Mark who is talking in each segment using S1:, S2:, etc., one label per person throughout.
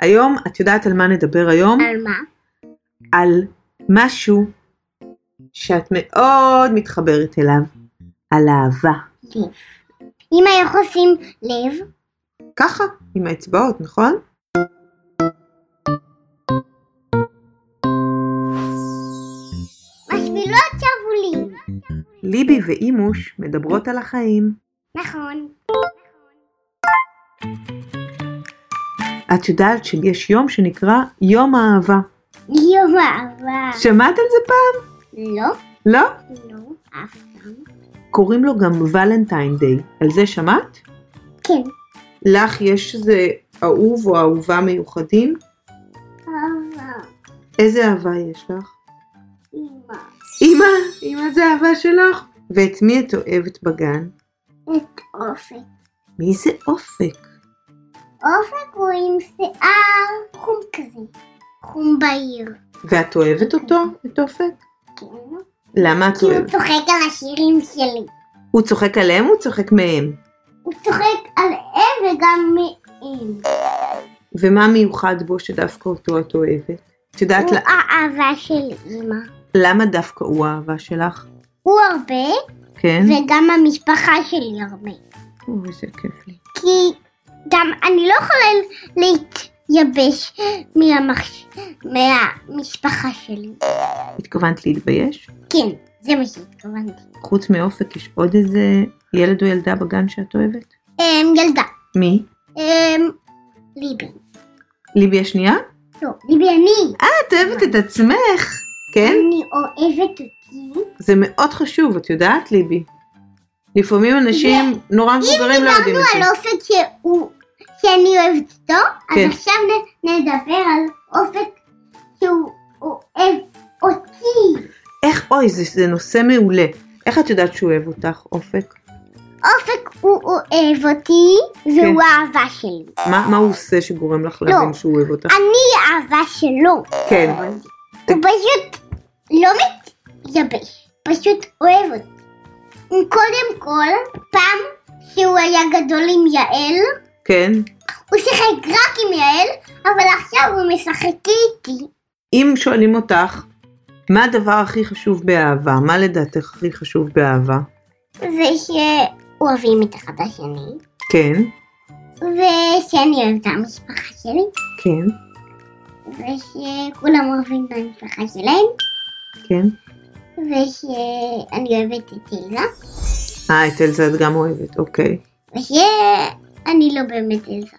S1: היום, את יודעת על מה נדבר היום?
S2: על מה?
S1: על משהו שאת מאוד מתחברת אליו, על אהבה.
S2: אמא, איך עושים לב?
S1: ככה, עם האצבעות, נכון?
S2: משפילות שרוולים.
S1: ליבי ואימוש מדברות על החיים.
S2: נכון.
S1: את יודעת שיש יום שנקרא יום האהבה.
S2: יום אהבה.
S1: שמעת על זה פעם?
S2: לא,
S1: לא?
S2: לא, אף פעם.
S1: קוראים לו גם ולנטיין דיי. על זה שמעת?
S2: כן.
S1: לך יש איזה אהוב או אהובה מיוחדים?
S2: אהבה.
S1: איזה אהבה יש לך?
S2: אמא.
S1: אמא, אמא זה אהבה שלך. ואת מי את אוהבת בגן?
S2: את אופק.
S1: מי זה אופק?
S2: אופק הוא עם שיער חום כזה. חום בעיר.
S1: ואת אוהבת אותו, את אופק?
S2: כן.
S1: למה את
S2: כי הוא
S1: אוהבת?
S2: צוחק על השירים שלי.
S1: הוא צוחק עליהם או הוא צוחק מהם?
S2: הוא צוחק על אם וגם מאם.
S1: ומה מיוחד בו שדווקא אותו את אוהבת? את יודעת
S2: הוא
S1: ל-
S2: האהבה של אמא.
S1: למה דווקא הוא האהבה שלך?
S2: הוא הרבה,
S1: כן?
S2: וגם המשפחה שלי הרבה.
S1: אוי, איזה כיף לי.
S2: כי גם אני לא יכולה להתייבש מהמחש... מהמשפחה שלי.
S1: התכוונת להתבייש?
S2: כן, זה מה שהתכוונתי.
S1: חוץ מאופק יש עוד איזה ילד או ילדה בגן שאת אוהבת?
S2: אמ, ילדה,
S1: מי?
S2: אמ, ליבי.
S1: ליבי השנייה?
S2: לא, ליבי אני.
S1: את אוהבת את עצמך, כן?
S2: אני אוהבת אותי.
S1: זה מאוד חשוב, את יודעת, ליבי. לפעמים אנשים נורא מבוגרים לא יודעים
S2: דיברנו
S1: את
S2: על
S1: זה.
S2: אופק שהוא... שאני אוהבת אותו,
S1: כן.
S2: אז עכשיו נ- נדבר על אופק שהוא אוהב אותי.
S1: איך, אוי, זה, זה נושא מעולה. איך את יודעת שהוא אוהב אותך, אופק?
S2: אופק הוא אוהב אותי,
S1: כן.
S2: והוא האהבה שלי.
S1: מה, מה הוא עושה שגורם לך
S2: לא.
S1: להבין שהוא אוהב אותך?
S2: אני האהבה שלו.
S1: כן.
S2: הוא פשוט לא מתייבש, פשוט אוהב אותי. קודם כל, פעם שהוא היה גדול עם יעל,
S1: כן.
S2: הוא שיחק רק עם יעל, אבל עכשיו הוא משחק איתי.
S1: אם שואלים אותך, מה הדבר הכי חשוב באהבה? מה לדעתך הכי חשוב באהבה?
S2: זה שאוהבים את אחד השני,
S1: כן.
S2: ושאני אוהבת את המשפחה שלי,
S1: כן.
S2: ושכולם אוהבים את המשפחה שלהם,
S1: כן.
S2: ושאני אוהבת את אלזה,
S1: אה, את אלזה את גם אוהבת, אוקיי.
S2: ושאני לא באמת אלזה.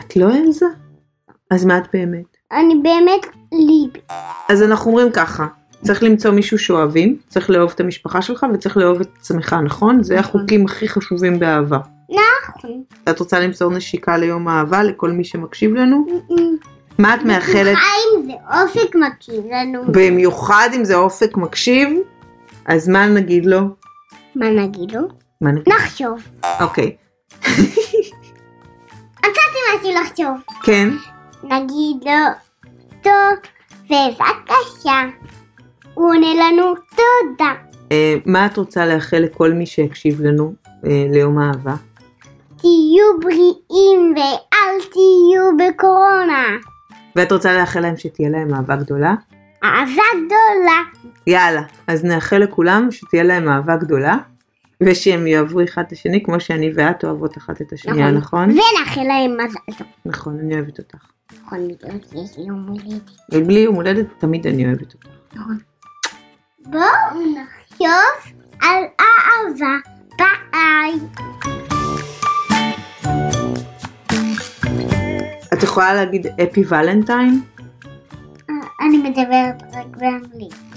S1: את לא אלזה? אז מה את באמת?
S2: אני באמת ליבי.
S1: אז אנחנו אומרים ככה, צריך למצוא מישהו שאוהבים, צריך לאהוב את המשפחה שלך וצריך לאהוב את עצמך, נכון? זה
S2: נכון.
S1: החוקים הכי חשובים באהבה.
S2: נכון.
S1: את רוצה למסור נשיקה ליום אהבה לכל מי שמקשיב לנו?
S2: Mm-mm.
S1: מה את מאחלת?
S2: חיים זה אופק מקשיב לנו.
S1: במיוחד אם זה אופק מקשיב, אז מה נגיד לו?
S2: מה נגיד לו?
S1: מה נגיד?
S2: נחשוב.
S1: אוקיי.
S2: מצאתי משהו לחשוב.
S1: כן,
S2: נגיד לו, טוב, בבקשה. הוא עונה לנו תודה.
S1: אה, מה את רוצה לאחל לכל מי שיקשיב לנו אה, ליום אהבה?
S2: תהיו בריאים ואל תהיו בקורונה.
S1: ואת רוצה לאחל להם שתהיה להם אהבה גדולה?
S2: אהבה גדולה.
S1: יאללה, אז נאחל לכולם שתהיה להם אהבה גדולה, ושהם יאהבו אחד את השני כמו שאני ואת אוהבות אחת את השנייה, נכון?
S2: ונאחל להם מזל טוב.
S1: נכון, אני אוהבת אותך.
S2: נכון, בגלל שיש לי יום הולדת.
S1: ובלי יום הולדת תמיד אני אוהבת אותך.
S2: בואו נחשוב על אהבה. ביי.
S1: את יכולה להגיד אפי ולנטיין?
S2: אני מדברת אה, רק באנגלית.